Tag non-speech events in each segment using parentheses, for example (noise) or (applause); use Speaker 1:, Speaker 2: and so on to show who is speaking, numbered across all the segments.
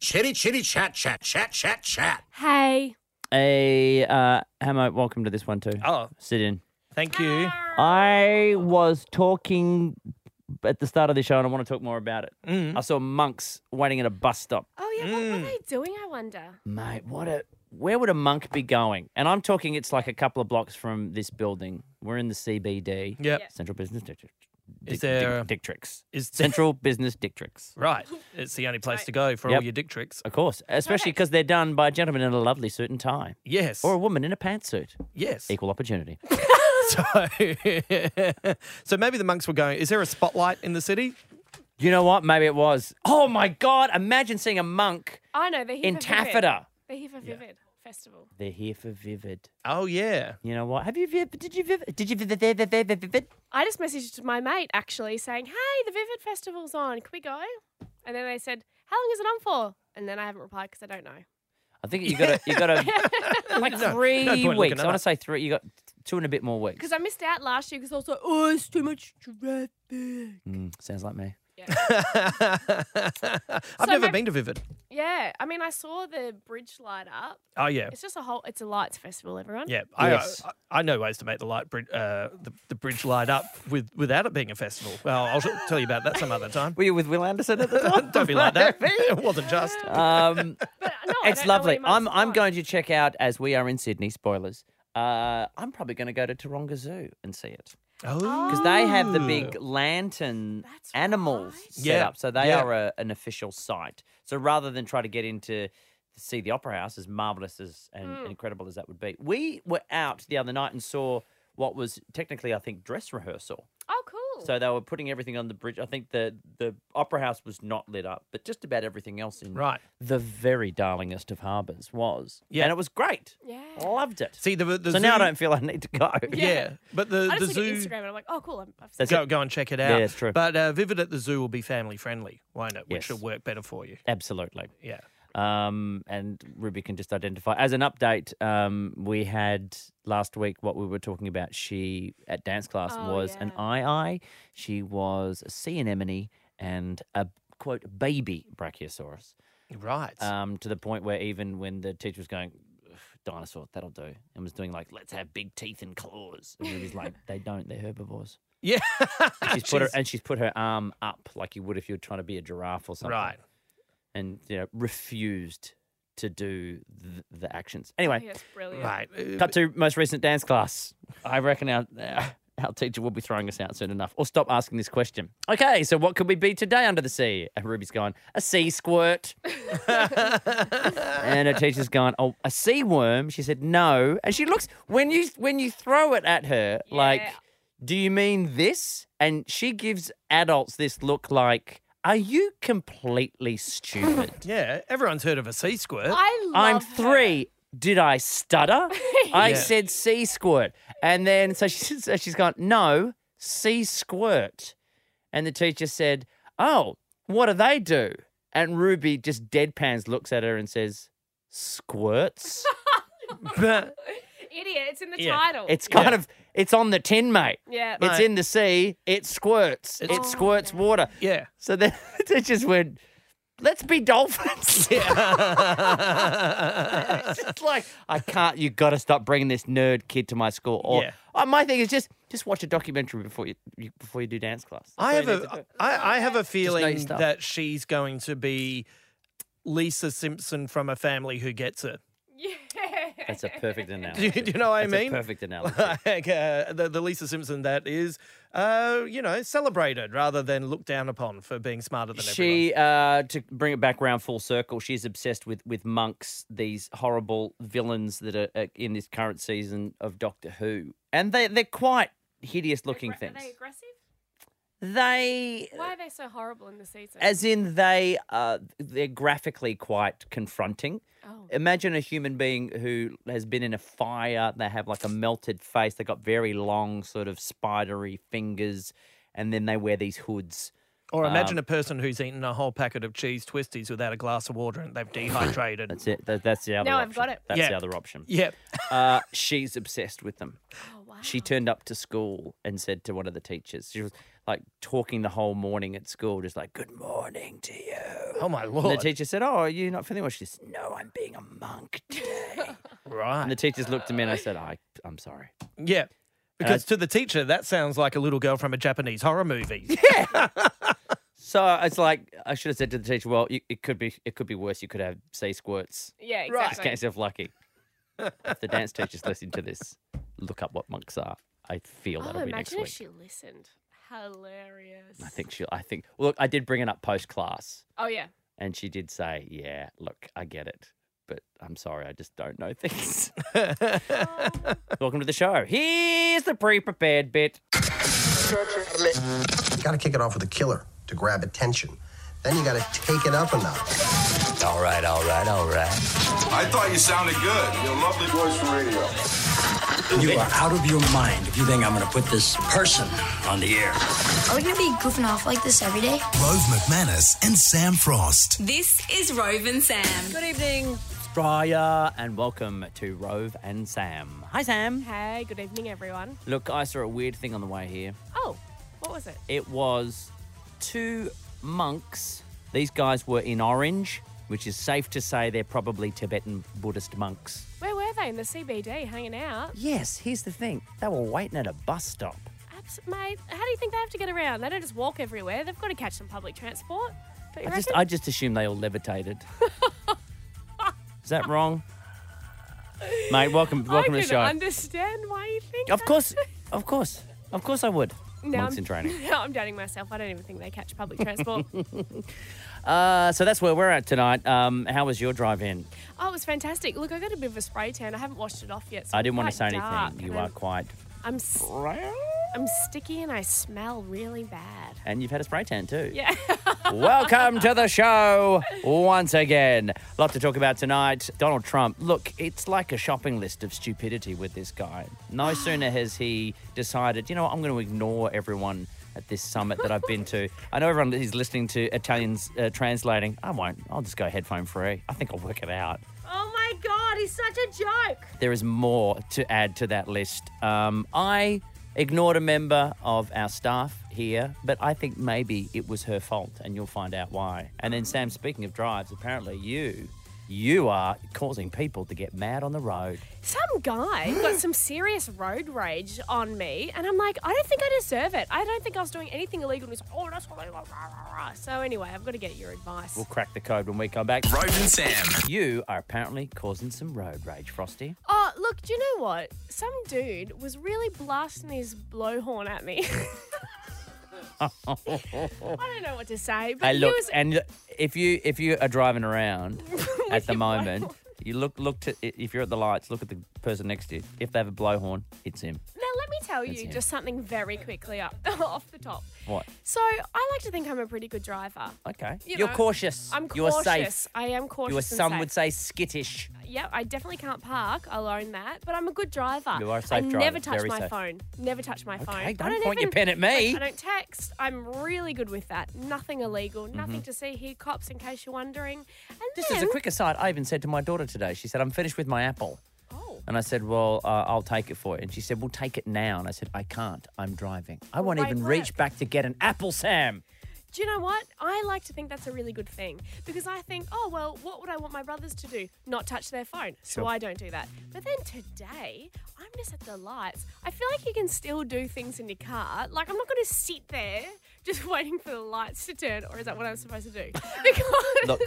Speaker 1: Chitty chitty chat chat chat chat chat.
Speaker 2: Hey.
Speaker 3: Hey, uh, Hamo, welcome to this one too.
Speaker 4: Oh,
Speaker 3: Sit in.
Speaker 4: thank you.
Speaker 2: Ah.
Speaker 3: I was talking at the start of the show, and I want to talk more about it.
Speaker 4: Mm.
Speaker 3: I saw monks waiting at a bus stop.
Speaker 2: Oh yeah, what
Speaker 3: Mm.
Speaker 2: were they doing? I wonder.
Speaker 3: Mate, what a where would a monk be going? And I'm talking it's like a couple of blocks from this building. We're in the CBD.
Speaker 4: Yep.
Speaker 2: Yeah.
Speaker 3: Central Business District.
Speaker 4: Is there a-
Speaker 3: Dictrix?
Speaker 4: Is
Speaker 3: Central Business Dictrix.
Speaker 4: (laughs) right? It's the only place to go for all
Speaker 3: Yep.
Speaker 4: your dick tricks.
Speaker 3: Of course, especially
Speaker 2: Perfect.
Speaker 3: because they're done by a gentleman in a lovely suit and tie
Speaker 4: Yes.
Speaker 3: or a woman in a pantsuit.
Speaker 4: yes.
Speaker 3: Equal opportunity.
Speaker 4: (laughs) So, (laughs) so maybe the monks were going. Is there a spotlight in the city?
Speaker 3: You know what? Maybe it was. Oh my God! Imagine seeing a monk
Speaker 2: I know they're here
Speaker 3: in
Speaker 2: for Vivid.
Speaker 3: taffeta.
Speaker 2: They're here for Vivid Festival.
Speaker 3: They're here for vivid.
Speaker 4: Oh (laughs) yeah.
Speaker 3: You know what? Have you vivid? Did you vivid? Did you vivid? vivid, vivid, vivid?
Speaker 2: I just messaged my mate actually saying, "Hey, the Vivid Festival's on. Can we go?" And then they said, "How long is it on for?" And then I haven't replied because I don't know.
Speaker 3: I think you got to you got
Speaker 2: (laughs)
Speaker 3: to like three
Speaker 4: point looking
Speaker 3: weeks. I
Speaker 4: it
Speaker 3: want to
Speaker 4: up.
Speaker 3: say three. You got two and a bit more weeks.
Speaker 2: Because I missed out last year because I was like, "Oh, it's too much traffic."
Speaker 3: Mm, sounds like me.
Speaker 4: I've never
Speaker 2: my-
Speaker 4: been to Vivid.
Speaker 2: Yeah, I mean, I saw the bridge light up.
Speaker 4: Oh yeah.
Speaker 2: It's just a whole. It's a lights festival, everyone.
Speaker 4: Yeah, I,
Speaker 3: Yes.
Speaker 4: I, I know ways to make the light bridge, uh, the, the bridge light up with without it being a festival. Well, I'll tell you about that some other time. (laughs)
Speaker 3: Were you with Will Anderson at the
Speaker 2: Oh,
Speaker 3: time?
Speaker 4: Don't be
Speaker 2: (laughs)
Speaker 4: like that. (laughs) It wasn't just.
Speaker 3: (laughs) Um,
Speaker 2: But uh, no,
Speaker 3: (laughs)
Speaker 2: I
Speaker 3: it's
Speaker 2: don't know what
Speaker 3: lovely.
Speaker 2: he
Speaker 3: I'm
Speaker 2: must
Speaker 3: I'm
Speaker 2: want.
Speaker 3: going to check out as we are in Sydney. Spoilers. Uh, I'm probably going to go to Taronga Zoo and see it
Speaker 2: Oh.
Speaker 3: because they have the big lantern
Speaker 2: That's
Speaker 3: animals
Speaker 2: right.
Speaker 3: set
Speaker 4: Oh. Yeah,
Speaker 3: up, so they
Speaker 4: yeah.
Speaker 3: are a, an official site. So rather than try to get into to see the opera house, as marvelous as and
Speaker 2: Hmm.
Speaker 3: incredible as that would be, we were out the other night and saw what was technically, I think, dress rehearsal.
Speaker 2: Oh, cool.
Speaker 3: So they were putting everything on the bridge. I think the the opera house was not lit up, but just about everything else in
Speaker 4: Right.
Speaker 3: the very darlingest of harbours was.
Speaker 4: Yeah.
Speaker 3: And it was great.
Speaker 2: yeah.
Speaker 3: Loved it.
Speaker 4: See the, the
Speaker 3: so now I
Speaker 4: zoo-
Speaker 3: don't feel I need to go.
Speaker 4: Yeah, but the
Speaker 2: I
Speaker 4: the
Speaker 2: just look at
Speaker 4: zoo.
Speaker 2: Instagram and I'm like, "Oh, cool." I'm, I've
Speaker 3: That's
Speaker 2: seen
Speaker 4: Go
Speaker 2: it.
Speaker 4: go and check it out.
Speaker 3: Yeah, it's true.
Speaker 4: But uh, Vivid at the zoo will be family friendly, won't it?
Speaker 3: Yes.
Speaker 4: Which will work better for you.
Speaker 3: Absolutely.
Speaker 4: Yeah.
Speaker 3: Um, and Ruby can just identify. As an update, um, we had last week what we were talking about. She at dance class
Speaker 2: Oh,
Speaker 3: was an
Speaker 2: yeah.
Speaker 3: ii. She was a sea anemone and a quote baby brachiosaurus.
Speaker 4: Right. (laughs)
Speaker 3: Um, to the point where even when the teacher was going, "Ugh, dinosaur, that'll do, and was doing like, let's have big teeth and claws, and Ruby's like, they don't, they're herbivores.
Speaker 4: yeah. Ah,
Speaker 3: She's put her and she's put her arm up like you would if you were trying to be a giraffe or something.
Speaker 4: Right.
Speaker 3: And you know, refused to do th- the actions.
Speaker 2: I
Speaker 3: Anyway,
Speaker 2: think that's brilliant.
Speaker 4: Right. Uh,
Speaker 3: cut to most recent dance class. I reckon our (laughs) our teacher will be throwing us out soon enough, or stop asking this question. Okay, so what could we be today under the sea? And Ruby's gone a sea squirt, and her teacher's gone oh a sea worm. She said no, and she looks when you when you throw it at her like,
Speaker 2: Yeah.
Speaker 3: do you mean this? And she gives adults this look like, are you completely stupid?
Speaker 4: Yeah. Everyone's heard of a sea squirt.
Speaker 2: I love
Speaker 3: I'm
Speaker 2: her.
Speaker 3: three. Did I
Speaker 2: (laughs)
Speaker 3: stutter? I
Speaker 4: Yeah.
Speaker 3: said sea squirt. And then so she, so she's gone, no, sea squirt. And the teacher said, oh, what do they do? And Ruby just deadpans looks at her and says,
Speaker 2: (laughs)
Speaker 3: squirts.
Speaker 2: Idiot. It's in the
Speaker 4: Yeah.
Speaker 2: title.
Speaker 3: it's kind of, it's on the tin, mate.
Speaker 2: yeah.
Speaker 3: It's in the sea. It squirts.
Speaker 2: Oh,
Speaker 3: It
Speaker 4: It's-
Speaker 3: squirts water. (laughs)
Speaker 4: yeah.
Speaker 3: So then the just went, let's be dolphins. it's just like I can't. You got to stop bringing this nerd kid to my school. Or
Speaker 4: Yeah.
Speaker 3: oh, my thing is just just watch a documentary before you, you before you do dance class. That's
Speaker 4: I
Speaker 3: all
Speaker 4: have
Speaker 3: you need to
Speaker 4: a
Speaker 3: do.
Speaker 4: I, I have a
Speaker 3: your
Speaker 4: feeling
Speaker 3: stuff.
Speaker 4: that she's going to be Lisa Simpson from a family who gets it.
Speaker 2: (laughs) Yeah.
Speaker 3: That's a perfect
Speaker 4: Do
Speaker 3: analogy.
Speaker 4: you, (laughs) do you know what
Speaker 3: That's
Speaker 4: I mean?
Speaker 3: a
Speaker 4: (laughs)
Speaker 3: perfect analogy.
Speaker 4: (laughs) like, uh, the, the Lisa Simpson that is, uh, you know, celebrated rather than looked down upon for being smarter than
Speaker 3: She, uh, to bring it back round full circle, she's obsessed with with monks, these horrible villains that are uh, in this current season of Doctor Who, and they they're quite hideous looking
Speaker 2: Aggra- Are they
Speaker 3: things.
Speaker 2: aggressive?
Speaker 3: They
Speaker 2: Why are they so horrible in the season?
Speaker 3: As in, they uh, they're graphically quite confronting.
Speaker 2: Oh.
Speaker 3: Imagine a human being who has been in a fire. They have like a melted face. They got very long, sort of spidery fingers, and then they wear these hoods.
Speaker 4: everyone.
Speaker 3: Um,
Speaker 4: Or imagine a person who's eaten a whole packet of cheese twisties without a glass of water and they've dehydrated.
Speaker 3: That's it. That, that's the other.
Speaker 2: Now I've
Speaker 3: option.
Speaker 2: got it.
Speaker 4: (laughs)
Speaker 3: That's
Speaker 4: Yeah.
Speaker 3: the other option.
Speaker 4: yeah.
Speaker 3: Uh, she's obsessed with them.
Speaker 2: oh wow.
Speaker 3: she turned up to school and said to one of the teachers, she was like talking the whole morning at school, just like, good morning to you.
Speaker 4: Oh my
Speaker 3: And the
Speaker 4: lord!
Speaker 3: teacher said, oh, are you not feeling well? She says, no, I'm being a monk today. and the
Speaker 4: right?
Speaker 3: teachers looked at me and I said, I, I'm sorry.
Speaker 4: Yeah, because to the teacher that sounds like a little girl from a Japanese horror movie.
Speaker 3: So it's like, I should have said to the teacher, well, you, it could be it could be worse. You could have sea squirts.
Speaker 2: Yeah,
Speaker 4: Right.
Speaker 2: exactly.
Speaker 3: Just get yourself lucky. if
Speaker 2: (laughs)
Speaker 3: the dance teacher's listening to this, look up what monks are. I feel
Speaker 2: Oh,
Speaker 3: that'll be next
Speaker 2: imagine
Speaker 3: week.
Speaker 2: if she listened. Hilarious.
Speaker 3: I think she'll, I think, look, I did bring it up post class.
Speaker 2: Oh yeah.
Speaker 3: And she did say, Yeah, look, I get it, but I'm sorry, I just don't know (laughs) things.
Speaker 2: Oh.
Speaker 3: Welcome to the show. Here's the pre prepared bit.
Speaker 5: You gotta kick it off with a killer to grab attention. Then you gotta take it up a notch.
Speaker 6: All right, all right, all right.
Speaker 7: I thought you sounded good. Your lovely voice for radio.
Speaker 6: You are out of your mind if you think I'm going to put this person on the air.
Speaker 8: Are we gonna be goofing off like this every day?
Speaker 9: Rove McManus and Sam Frost.
Speaker 10: This is Rove and Sam.
Speaker 3: Good evening, Stryer, and welcome to Rove and Sam. Hi, Sam.
Speaker 2: Hey, good evening, everyone.
Speaker 3: Look, I saw a weird thing on the way here.
Speaker 2: Oh, what was it?
Speaker 3: It was two monks. These guys were in orange, which is safe to say they're probably Tibetan Buddhist monks.
Speaker 2: Where were they in the CBD hanging out?
Speaker 3: Yes, here's the thing they were waiting at a bus stop.
Speaker 2: Abs- mate, how do you think they have to get around? They don't just walk everywhere. They've got to catch some public transport. Don't you
Speaker 3: I just,
Speaker 2: reckon?
Speaker 3: I just assume they all (laughs) levitated. Is that wrong, mate? Welcome, welcome
Speaker 2: I
Speaker 3: to
Speaker 2: can
Speaker 3: the show.
Speaker 2: understand why you think.
Speaker 3: of
Speaker 2: that.
Speaker 3: course, of course, of course, I would.
Speaker 2: No,
Speaker 3: Monks
Speaker 2: I'm- (laughs)
Speaker 3: in training.
Speaker 2: No, I'm doubting myself. I don't even think they catch public
Speaker 3: (laughs)
Speaker 2: transport. oh,
Speaker 3: Uh, so that's where we're at tonight. Um, how was your drive-in?
Speaker 2: Oh, it was fantastic. Look, I got a bit of a spray tan. I haven't washed it off yet. So
Speaker 3: I
Speaker 2: I'm
Speaker 3: didn't want to say
Speaker 2: quite dark,
Speaker 3: anything.
Speaker 2: and
Speaker 3: You
Speaker 2: I'm,
Speaker 3: are quite,
Speaker 2: I'm, s- I'm sticky and I smell really bad.
Speaker 3: and you've had a spray tan too.
Speaker 2: Yeah.
Speaker 3: Welcome to the show once again. Lot to talk about tonight. Donald Trump. Look, it's like a shopping list of stupidity with this guy. No sooner has he decided, you know, what, I'm going to ignore everyone at this summit that I've been to. I know everyone is listening to Italians uh, translating. I won't. I'll just go headphone free. I think I'll work it out.
Speaker 2: oh my god, he's such a joke.
Speaker 3: There is more to add to that list. Um, I ignored a member of our staff here, but I think maybe it was her fault, and you'll find out why. And then, Sam, speaking of drives, apparently you. You are causing people to get mad on the road.
Speaker 2: Some guy got
Speaker 3: (gasps)
Speaker 2: some serious road rage on me, and I'm like, I don't think I deserve it. I don't think I was doing anything illegal. And he's like, oh, that's illegal. Rah, rah, rah. So anyway, I've got to get your advice.
Speaker 3: We'll crack the code when we come back.
Speaker 9: Rove and Sam.
Speaker 3: You are apparently causing some road rage, Frosty.
Speaker 2: Oh, look, do you know what? Some dude was really blasting his blowhorn at me. (laughs) I don't know what to say, but
Speaker 3: Hey, look, eh,
Speaker 2: he was.
Speaker 3: and if you if you are
Speaker 2: (laughs)
Speaker 3: driving around at the moment, you look look to if you're at the lights, look at the person next to you. If they have a blowhorn, it's him.
Speaker 2: Now, let me tell you
Speaker 3: him.
Speaker 2: just something very quickly up (laughs) off the top.
Speaker 3: What?
Speaker 2: So, I like to think I'm a pretty good driver.
Speaker 3: Okay.
Speaker 2: You
Speaker 3: You are
Speaker 2: know,
Speaker 3: cautious.
Speaker 2: I'm cautious.
Speaker 3: You are safe.
Speaker 2: I am cautious.
Speaker 3: You are,
Speaker 2: and
Speaker 3: some
Speaker 2: safe.
Speaker 3: would say, skittish.
Speaker 2: Yeah, I definitely can't park. I'll own that. But I'm a good driver.
Speaker 3: You are a safe
Speaker 2: I
Speaker 3: driver,
Speaker 2: never touch
Speaker 3: very
Speaker 2: my
Speaker 3: safe.
Speaker 2: phone. Never touch my phone. I
Speaker 3: don't point your pen at me.
Speaker 2: like, I don't text. I'm really good with that. Nothing illegal. Nothing to see here, cops, in case you're wondering. And
Speaker 3: Just
Speaker 2: then,
Speaker 3: as Mm-hmm. a quick aside, I even said to my daughter today, she said, I'm finished with my apple.
Speaker 2: Oh.
Speaker 3: And I said, Well, uh, I'll take it for you. And she said, Well, take it now. And I said, I can't. I'm driving. I won't
Speaker 2: wait,
Speaker 3: even
Speaker 2: look.
Speaker 3: reach back to get an apple, Sam.
Speaker 2: Do you know what? I like to think that's a really good thing because I think, oh, well, what would I want my brothers to do? Not touch their phone. So
Speaker 3: Sure.
Speaker 2: I don't do that. But then today, I'm just at the lights. I feel like you can still do things in your car. Like, I'm not going to sit there just (laughs) waiting for the lights to turn, or is that what I'm supposed to
Speaker 3: (laughs)
Speaker 2: do? (laughs) Because.
Speaker 3: Look.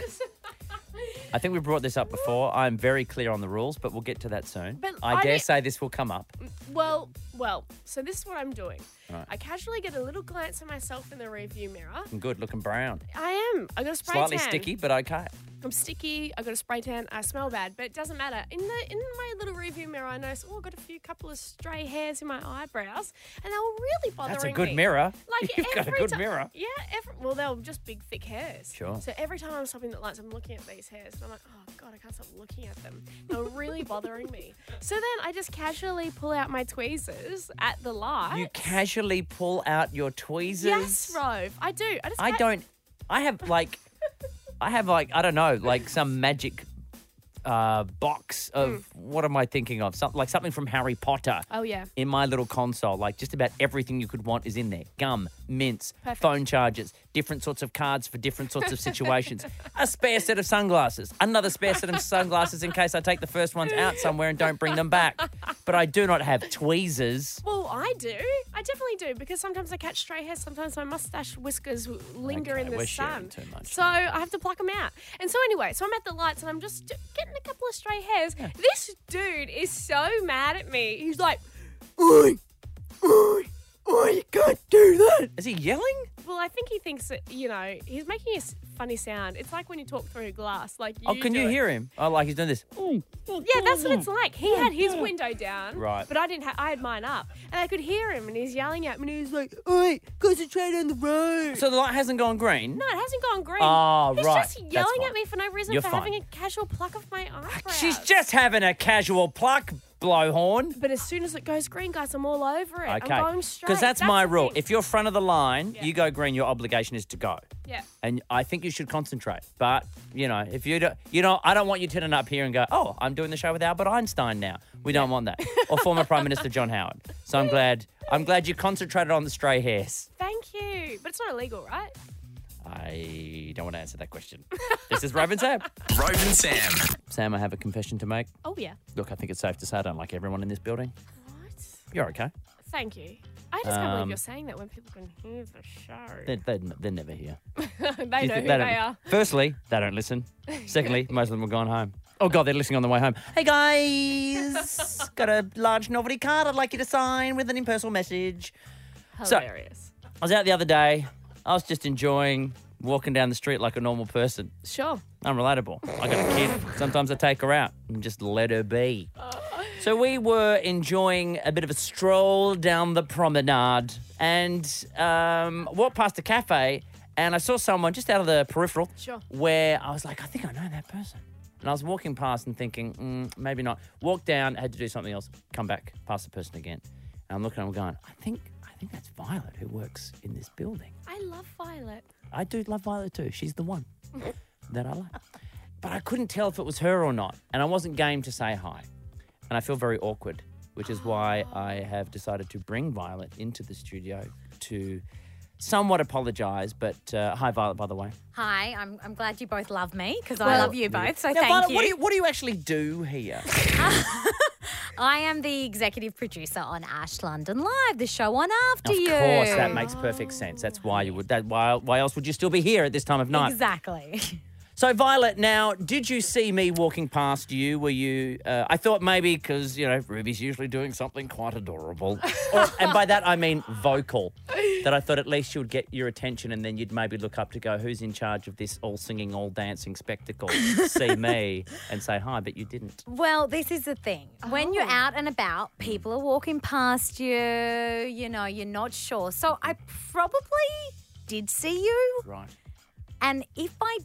Speaker 3: I think we brought this up before. I'm very clear on the rules, but we'll get to that soon.
Speaker 2: But
Speaker 3: I
Speaker 2: I
Speaker 3: dare
Speaker 2: don't-
Speaker 3: say this will come up.
Speaker 2: Well, well, so this is what I'm doing. I casually get a little glance at myself in the rearview mirror.
Speaker 3: I'm good, looking brown.
Speaker 2: I am. I got a spray
Speaker 3: Slightly
Speaker 2: tan.
Speaker 3: sticky, but okay.
Speaker 2: I'm sticky. I got a spray tan. I smell bad, but it doesn't matter. In the in my little review mirror, I noticed oh, I got a few couple of stray hairs in my eyebrows, and they were really bothering me.
Speaker 3: That's a good mirror.
Speaker 2: Like
Speaker 3: (laughs) You've got a
Speaker 2: every
Speaker 3: good
Speaker 2: ti-
Speaker 3: mirror.
Speaker 2: Yeah. Every, well, they were just big, thick hairs.
Speaker 3: Sure.
Speaker 2: So every time I'm stopping at lights, I'm looking at these hairs, and I'm like, oh god, I can't stop looking at them. They were really bothering me. So then I just casually pull out my tweezers at the light.
Speaker 3: You casually pull out your tweezers.
Speaker 2: Yes, Rove. I do. I just.
Speaker 3: I
Speaker 2: ca-
Speaker 3: don't. I have like, I have like, I don't know, like some magic uh, box of what am I thinking of? Something like something from Harry Potter.
Speaker 2: Hmm. Oh, yeah.
Speaker 3: In my little console, like just about everything you could want is in there: gum, mints,
Speaker 2: Perfect.
Speaker 3: phone chargers, different sorts of cards for different sorts of situations, a spare set of sunglasses, another spare set
Speaker 2: (laughs)
Speaker 3: of sunglasses in case I take the first ones out somewhere and don't bring them back. But I do not have tweezers.
Speaker 2: Well, I do. I definitely do because sometimes I catch stray hair. Sometimes my mustache whiskers w- linger
Speaker 3: Okay,
Speaker 2: in the
Speaker 3: we're sharing
Speaker 2: sun.
Speaker 3: too much.
Speaker 2: So I have to pluck them out. And so anyway, so I'm at the lights and I'm just j- getting a couple of stray hairs. This dude is so mad at me. He's like, "Oi, oi, oi! You can't do that."
Speaker 3: Is he yelling?
Speaker 2: Well, I think he thinks that you know he's making a s- funny sound. It's like when you talk through glass. Like, you
Speaker 3: Oh, can
Speaker 2: do
Speaker 3: you
Speaker 2: it. Mm,
Speaker 3: hear him? Oh, like he's doing this.
Speaker 2: Yeah, that's what it's like. He had his window down,
Speaker 3: Mm. Right.
Speaker 2: But I didn't. Ha- I had mine up, and I could hear him, and he's yelling at me, and he's like, "Oi, concentrate on the road."
Speaker 3: So the light hasn't gone green.
Speaker 2: no, it hasn't gone green.
Speaker 3: Oh,
Speaker 2: he's
Speaker 3: right.
Speaker 2: just
Speaker 3: That's
Speaker 2: yelling
Speaker 3: fine.
Speaker 2: at me for no reason
Speaker 3: You're
Speaker 2: for having a
Speaker 3: fine.
Speaker 2: casual pluck of my eyebrows.
Speaker 3: She's just having a casual pluck, blowhorn.
Speaker 2: But as soon as it goes green, guys, I'm all over it.
Speaker 3: Okay.
Speaker 2: I'm going straight.
Speaker 3: Because that's, my
Speaker 2: the
Speaker 3: rule.
Speaker 2: thing.
Speaker 3: If you're front of the line,
Speaker 2: Yeah.
Speaker 3: you go green. Your obligation is to go.
Speaker 2: yeah.
Speaker 3: And I think you should concentrate. But you know, if you don't, you know, I don't want you turning up here and go, "Oh, I'm doing the show with Albert Einstein now." We don't want that. or former Prime Minister John Howard. So
Speaker 2: (laughs)
Speaker 3: I'm glad. I'm glad you concentrated on the stray hairs.
Speaker 2: Thank you. But it's not illegal, right?
Speaker 3: I don't want to answer that question. this is Robin Sam. (laughs)
Speaker 9: Rove and Sam.
Speaker 3: Sam, I have a confession to make.
Speaker 2: Oh yeah.
Speaker 3: Look, I think it's safe to say I don't like everyone in this building.
Speaker 2: What?
Speaker 3: You're okay.
Speaker 2: Thank you. I just can't believe
Speaker 3: Um,
Speaker 2: you're saying that when people can hear the show.
Speaker 3: They're, they're, they're never here.
Speaker 2: (laughs) they know who
Speaker 3: You think
Speaker 2: they
Speaker 3: don't-
Speaker 2: are.
Speaker 3: (laughs) Firstly, they don't (laughs) listen. Secondly, most of them have gone home. Oh God, they're listening on the way home. Hey guys, (laughs) got a large novelty card I'd like you to sign with an impersonal message. So-
Speaker 2: Hilarious.
Speaker 3: I was out the other day. I was just enjoying walking down the street like a normal person.
Speaker 2: Sure.
Speaker 3: I'm relatable. I got a kid. Sometimes I take her out and just let her be. So we were enjoying a bit of a stroll down the promenade and um, walked past a cafe and I saw someone just out of the peripheral
Speaker 2: Sure.
Speaker 3: where I was like, I think I know that person. And I was walking past and thinking, mm, maybe not. Walked down, had to do something else, come back, past the person again. And I'm looking, I'm going, I think, I think that's Violet who works in this building.
Speaker 2: I love Violet.
Speaker 3: I do love Violet too. She's the (laughs) one that I like. But I couldn't tell if it was her or not. And I wasn't game to say hi. And I feel very awkward, which is why I have decided to bring Violet into the studio to somewhat apologize. But uh, hi, Violet, by the way.
Speaker 11: Hi, I'm, I'm glad you both love me because I love you both. So
Speaker 3: Now,
Speaker 11: thank
Speaker 3: Violet,
Speaker 11: you.
Speaker 3: What do you. What do you actually do here?
Speaker 11: I am the executive producer on Ash London Live, the show on after
Speaker 3: of
Speaker 11: you.
Speaker 3: course, that makes perfect sense. That's why you would. That why, why else would you still be here at this time of night?
Speaker 11: Exactly.
Speaker 3: So, Violet, now, did you see me walking past you? Were you? Uh, I thought maybe because you know Ruby's usually doing something quite adorable, or, and by that I mean vocal. That I thought at least you would get your attention, and then you'd maybe look up to go, "Who's in charge of this all singing, all dancing spectacle?" see me and say hi, but you didn't.
Speaker 11: Well, this is the thing. When you're
Speaker 3: Oh.
Speaker 11: out and about, people are walking past you, you know, you're not sure. So I probably did see you.
Speaker 3: Right.
Speaker 11: And if I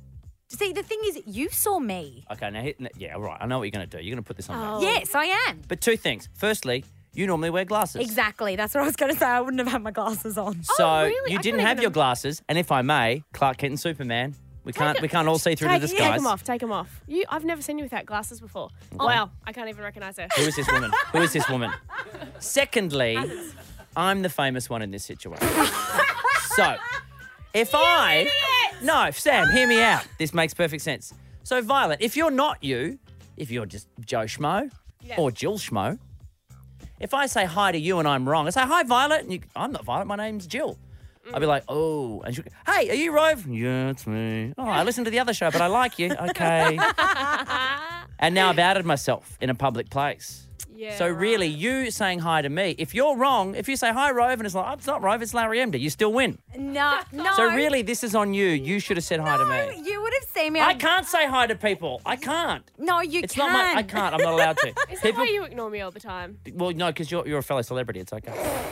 Speaker 11: see, the thing is, you saw me.
Speaker 3: Okay. Now, hit- yeah. All right. I know what you're going to do. You're going to put this on.
Speaker 2: Oh.
Speaker 3: there.
Speaker 11: Yes, I am.
Speaker 3: Oh. But two things. Firstly, you normally wear glasses.
Speaker 11: Exactly. That's what I was going to say. I wouldn't have had my glasses on.
Speaker 3: So
Speaker 2: Oh, really?
Speaker 3: you
Speaker 2: I
Speaker 3: didn't
Speaker 2: couldn't
Speaker 3: have
Speaker 2: even-
Speaker 3: your glasses, and if I may, Clark Kent and Superman. We can't we can't all see through
Speaker 2: Take,
Speaker 3: the
Speaker 2: take
Speaker 3: disguise.
Speaker 2: them off. Take them off. You, I've never seen you without glasses before.
Speaker 3: Oh.
Speaker 2: Wow, I can't even recognise her.
Speaker 3: Who is this woman? Who is this woman? Secondly, I'm the famous one in this situation. so, if I no, Sam, hear me out. This makes perfect sense. So, Violet, if you're not you, if you're just Joe Schmo
Speaker 2: Yeah.
Speaker 3: or Jill Schmo, if I say hi to you and I'm wrong, I say hi, Violet, and you, I'm not Violet. My name's Jill. I'll be like, oh, and she'll, go, hey, are you Rove? Yeah, it's me. Oh, I listened to the other show, but I like you. Okay.
Speaker 2: (laughs)
Speaker 3: and now I've outed myself in a public place.
Speaker 2: Yeah.
Speaker 3: So
Speaker 2: right.
Speaker 3: really, you saying hi to me, if you're wrong, if you say hi Rove and it's like, oh, it's not Rove, it's Larry Emder, you still win.
Speaker 11: No, no.
Speaker 3: So really, this is on you. You should have said hi to me.
Speaker 11: You would have seen me.
Speaker 3: I can't say hi to people. I can't.
Speaker 11: No, you
Speaker 3: It's
Speaker 11: can.
Speaker 3: not my. I can't. I'm not allowed
Speaker 2: (laughs)
Speaker 3: to.
Speaker 2: Is that
Speaker 3: people.
Speaker 2: why you ignore me all the
Speaker 3: (laughs)
Speaker 2: time?
Speaker 3: well, no, because you're you're a fellow celebrity. It's okay.
Speaker 11: (laughs)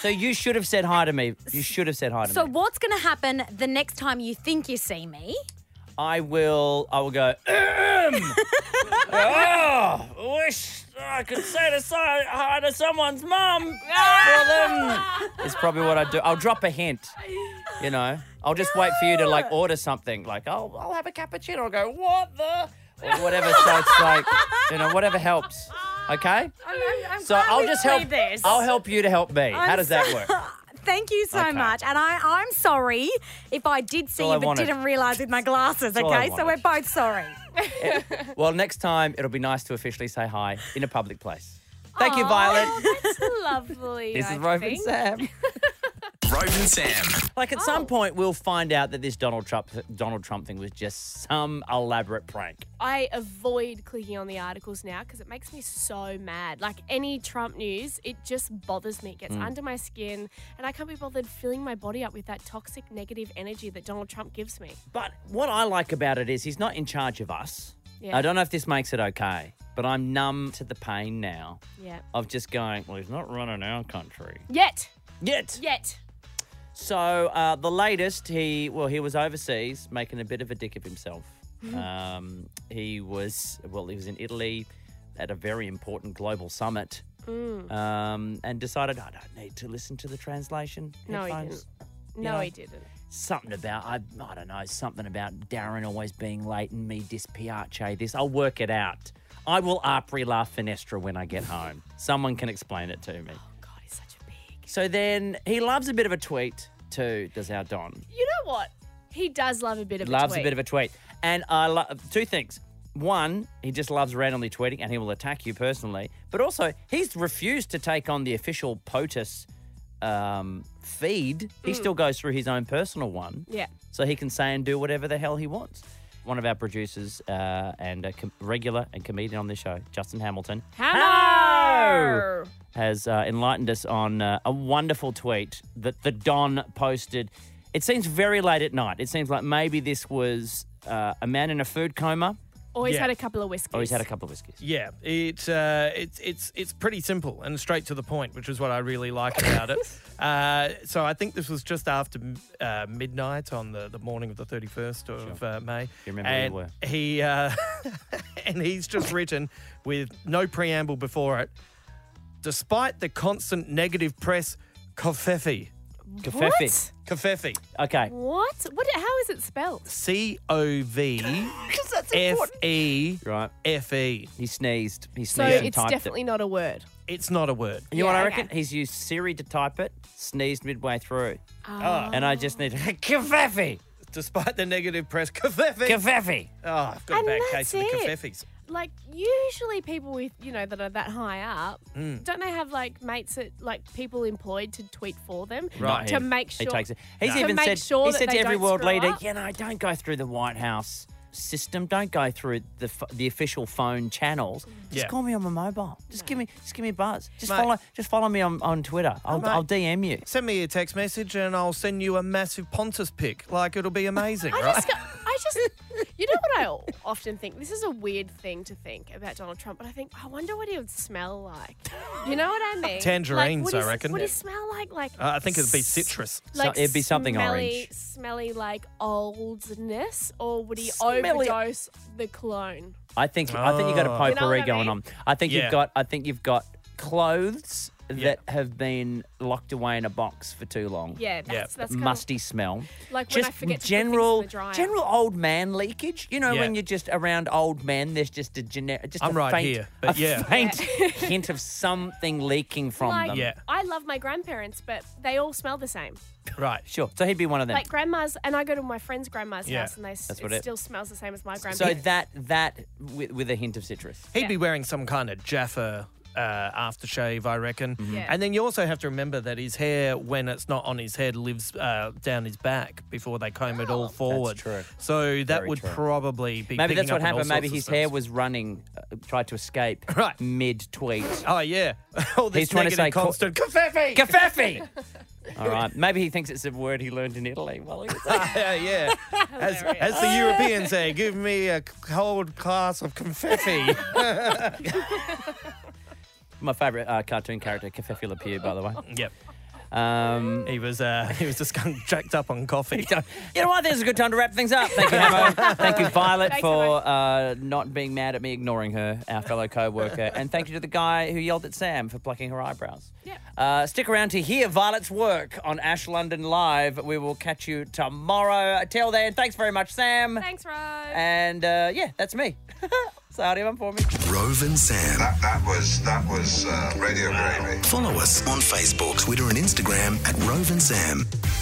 Speaker 3: So you should have said hi to me. You should have said hi to
Speaker 11: so
Speaker 3: me.
Speaker 11: what's going to happen the next time you think you see me?
Speaker 2: (laughs)
Speaker 3: I will. I will go. "Ahem." oh, wish. oh, I could say to so hi to someone's mum for them. It's probably what I do. I'll drop a hint. You know, I'll just wait for you to like order something. Like I'll I'll have a cappuccino. I'll go what the or whatever. so it's like you know whatever helps. Okay.
Speaker 2: I'm, I'm, I'm
Speaker 3: So
Speaker 2: glad
Speaker 3: I'll
Speaker 2: we
Speaker 3: just
Speaker 2: played
Speaker 3: help.
Speaker 2: This.
Speaker 3: I'll help you to help me. How
Speaker 11: I'm
Speaker 3: does that
Speaker 11: so-
Speaker 3: work?
Speaker 11: Thank you so
Speaker 3: Okay.
Speaker 11: much. And I, I'm sorry if I did see
Speaker 3: all I
Speaker 11: you but
Speaker 3: wanted.
Speaker 11: didn't realise with my glasses,
Speaker 3: all I
Speaker 11: okay? So we're
Speaker 3: wanted.
Speaker 11: both sorry.
Speaker 3: Well, next time it'll be nice to officially say hi in a public place. Thank you, Violet.
Speaker 2: Oh, that's lovely.
Speaker 3: This
Speaker 2: I
Speaker 3: is Roven
Speaker 2: think.
Speaker 3: Sam.
Speaker 9: Roven Sam.
Speaker 3: Like at some point, we'll find out that this Donald Trump Donald Trump thing was just some elaborate prank.
Speaker 2: I avoid clicking on the articles now because it makes me so mad. Like any Trump news, it just bothers me. It gets
Speaker 3: Mm.
Speaker 2: under my skin, and I can't be bothered filling my body up with that toxic negative energy that Donald Trump gives me.
Speaker 3: But what I like about it is he's not in charge of us.
Speaker 2: Yeah.
Speaker 3: I don't know if this makes it okay, but I'm numb to the pain now
Speaker 2: Yeah.
Speaker 3: of just going. Well, he's not running our country
Speaker 2: Yet.
Speaker 3: yet.
Speaker 2: Yet.
Speaker 3: So uh, the latest, he well, he was overseas making a bit of a dick of
Speaker 2: (laughs)
Speaker 3: himself. Um, he was well, he was in Italy at a very important global summit,
Speaker 2: Mm.
Speaker 3: um, and decided I don't need to listen to the translation.
Speaker 2: No, he
Speaker 3: headphones."
Speaker 2: No,
Speaker 3: know.
Speaker 2: he didn't.
Speaker 3: Something about I, I don't know. Something about Darren always being late and me dispiace. This I'll work it out. I will apri la finestra when I get home. Someone can explain it to me.
Speaker 2: God, he's such a pig.
Speaker 3: So then he loves a bit of a tweet too. Does our Don?
Speaker 2: You know what? He does love a bit of
Speaker 3: loves
Speaker 2: a tweet.
Speaker 3: a bit of a tweet. And I lo- two things. One, he just loves randomly tweeting and he will attack you personally. But also, he's refused to take on the official POTUS um, feed. He still goes through his own personal one.
Speaker 2: Hmm. Yeah.
Speaker 3: So he can say and do whatever the hell he wants. One of our producers uh, and a com- regular and comedian on this show, Justin Hamilton.
Speaker 2: Hello.
Speaker 3: has uh, enlightened us on uh, a wonderful tweet that the Don posted. It seems very late at night. It seems like maybe this was uh, a man in a food coma
Speaker 2: Always
Speaker 4: Yeah.
Speaker 2: had a couple of whiskeys.
Speaker 3: or he's had a couple of whiskeys.
Speaker 4: Yeah, it's uh, it's it's it's pretty simple and straight to the point, which is what I really like about it.
Speaker 3: (laughs)
Speaker 4: Uh, so I think this was just after uh, midnight on the, the morning of the thirty first of uh, May. You
Speaker 3: remember where you
Speaker 4: and
Speaker 3: were.
Speaker 4: He uh, (laughs) and he's just written with no preamble before it. Despite the constant negative press, Kofefi,
Speaker 3: Kofefi.
Speaker 4: Kofefi,
Speaker 3: Okay.
Speaker 2: What? What? How is it spelled?
Speaker 4: C
Speaker 3: (laughs)
Speaker 4: O V F E
Speaker 3: Right.
Speaker 4: F E.
Speaker 3: He sneezed. He
Speaker 2: So
Speaker 3: sneezed and
Speaker 2: it's
Speaker 3: typed
Speaker 2: definitely
Speaker 3: it.
Speaker 2: not a word.
Speaker 4: It's not a word.
Speaker 3: You know what
Speaker 2: Yeah,
Speaker 3: I
Speaker 2: okay.
Speaker 3: reckon? He's used Siri to type it, sneezed midway through.
Speaker 2: Ah.
Speaker 3: And I just need (laughs) Kofefi.
Speaker 4: Despite the negative press, Kofefi.
Speaker 3: Kofefi.
Speaker 4: Oh, I've got
Speaker 2: And
Speaker 4: a bad
Speaker 2: that's
Speaker 4: case of the
Speaker 2: it.
Speaker 4: Kofefis.
Speaker 2: Like usually people with you know that are that high up,
Speaker 3: Mm.
Speaker 2: don't they have like mates that like people employed to tweet for them
Speaker 3: Right.
Speaker 2: to make sure
Speaker 3: He takes it. He's
Speaker 2: to
Speaker 3: even
Speaker 2: make
Speaker 3: said,
Speaker 2: sure
Speaker 3: he
Speaker 2: that
Speaker 3: said to
Speaker 2: they
Speaker 3: every
Speaker 2: don't
Speaker 3: world
Speaker 2: screw
Speaker 3: leader,
Speaker 2: up.
Speaker 3: you know, don't go through the White House system. Don't go through the f- the official phone channels. Just
Speaker 4: Yeah.
Speaker 3: call me on my mobile. Just give me just give me a buzz. Just
Speaker 4: Mate.
Speaker 3: follow just follow me on, on Twitter. I'll,
Speaker 4: mate.
Speaker 3: I'll DM you.
Speaker 4: Send me a text message and I'll send you a massive Pontus pic. Like, it'll be
Speaker 3: (laughs)
Speaker 4: amazing,
Speaker 2: I
Speaker 4: right?
Speaker 2: just, go- I just, you know what I o- often think. This is a weird thing to think about Donald Trump, but I think I wonder what he would smell like. You know what
Speaker 3: (laughs)
Speaker 2: I mean? Like,
Speaker 4: Tangerines,
Speaker 2: would he-
Speaker 4: I reckon.
Speaker 2: Would he smell like like?
Speaker 4: Uh, I think it'd be
Speaker 3: (laughs)
Speaker 4: citrus.
Speaker 2: Like
Speaker 3: it'd be something
Speaker 2: smelly,
Speaker 3: orange.
Speaker 2: Smelly like oldness, or would he
Speaker 3: Smelly-
Speaker 2: overdose the clone?
Speaker 3: I think I think you got a
Speaker 4: Oh.
Speaker 3: potpourri
Speaker 2: You know what I
Speaker 3: going
Speaker 2: mean?
Speaker 3: on. I think
Speaker 4: Yeah.
Speaker 3: you've got I think you've got clothes
Speaker 4: Yeah.
Speaker 3: that have been locked away in a box for too long.
Speaker 2: Yeah, that's that's kind of-
Speaker 3: musty smell.
Speaker 2: Like when I forget to
Speaker 3: just
Speaker 2: put things in
Speaker 3: general
Speaker 2: the dryer.
Speaker 3: general old man leakage. You know
Speaker 4: Yeah.
Speaker 3: when you're just around old men, there's just a generic. Just
Speaker 4: I'm
Speaker 3: a
Speaker 4: right
Speaker 3: faint,
Speaker 4: here, but
Speaker 3: a
Speaker 4: yeah.
Speaker 3: faint (laughs) hint of something leaking from
Speaker 2: like,
Speaker 3: them.
Speaker 4: Yeah.
Speaker 2: I love my grandparents, but they all smell the same.
Speaker 4: Right.
Speaker 3: Sure. So he'd be one of them.
Speaker 2: Like grandma's, and I go to my friend's grandma's
Speaker 4: Yeah,
Speaker 2: house, and they s-
Speaker 3: that's
Speaker 2: it,
Speaker 3: what it-
Speaker 2: still smells the same as my
Speaker 3: so
Speaker 2: grandparents.
Speaker 3: that that with, with a hint of citrus.
Speaker 4: He'd be wearing some kind of Jaffa uh, aftershave, I reckon.
Speaker 3: Mm-hmm.
Speaker 2: Yeah.
Speaker 4: And then you also have to remember that his hair, when it's not on his head, lives uh, down his back before they comb it all forward.
Speaker 3: Oh, true.
Speaker 4: So that
Speaker 3: Very
Speaker 4: would
Speaker 3: true.
Speaker 4: probably be.
Speaker 3: Maybe
Speaker 4: picking
Speaker 3: that's what
Speaker 4: up on all
Speaker 3: happened. Maybe his
Speaker 4: sorts of
Speaker 3: hair
Speaker 4: stuff.
Speaker 3: was running, uh, tried to escape
Speaker 4: (laughs) Right.
Speaker 3: mid tweet.
Speaker 4: (laughs) Oh yeah, all this
Speaker 3: He's trying to
Speaker 4: negative
Speaker 3: say co-
Speaker 4: constant (laughs) Kofefi. (laughs)
Speaker 3: Gaffafi! All right. Maybe he thinks it's a word he learned in Italy. Well, he was-
Speaker 4: (laughs) yeah, yeah. As, as the Europeans say, give me a cold glass of confetti.
Speaker 2: (laughs)
Speaker 3: my favourite uh, cartoon character, Cafefi Le Pew, by the way.
Speaker 4: (laughs) yep.
Speaker 3: Um,
Speaker 4: He was uh, he was just kind of jacked up on (laughs) coffee.
Speaker 3: you know what? This is a good time to wrap things up. Thank you, Hamo. thank you, Violet,
Speaker 2: Thanks,
Speaker 3: for uh, not being mad at me ignoring her, our fellow co-worker, and thank you to the guy who yelled at Sam for plucking her eyebrows.
Speaker 2: Yep.
Speaker 3: Uh, stick around to hear Violet's work on Ash London Live. We will catch you tomorrow. Till then, thanks very much, Sam.
Speaker 2: Thanks, Rose.
Speaker 3: And uh, yeah, that's me. (laughs) so how do you want for me?
Speaker 9: Rove and Sam.
Speaker 7: That, that was that was uh, radio gravy.
Speaker 9: Follow us on Facebook, Twitter, and Instagram at Rove and Sam.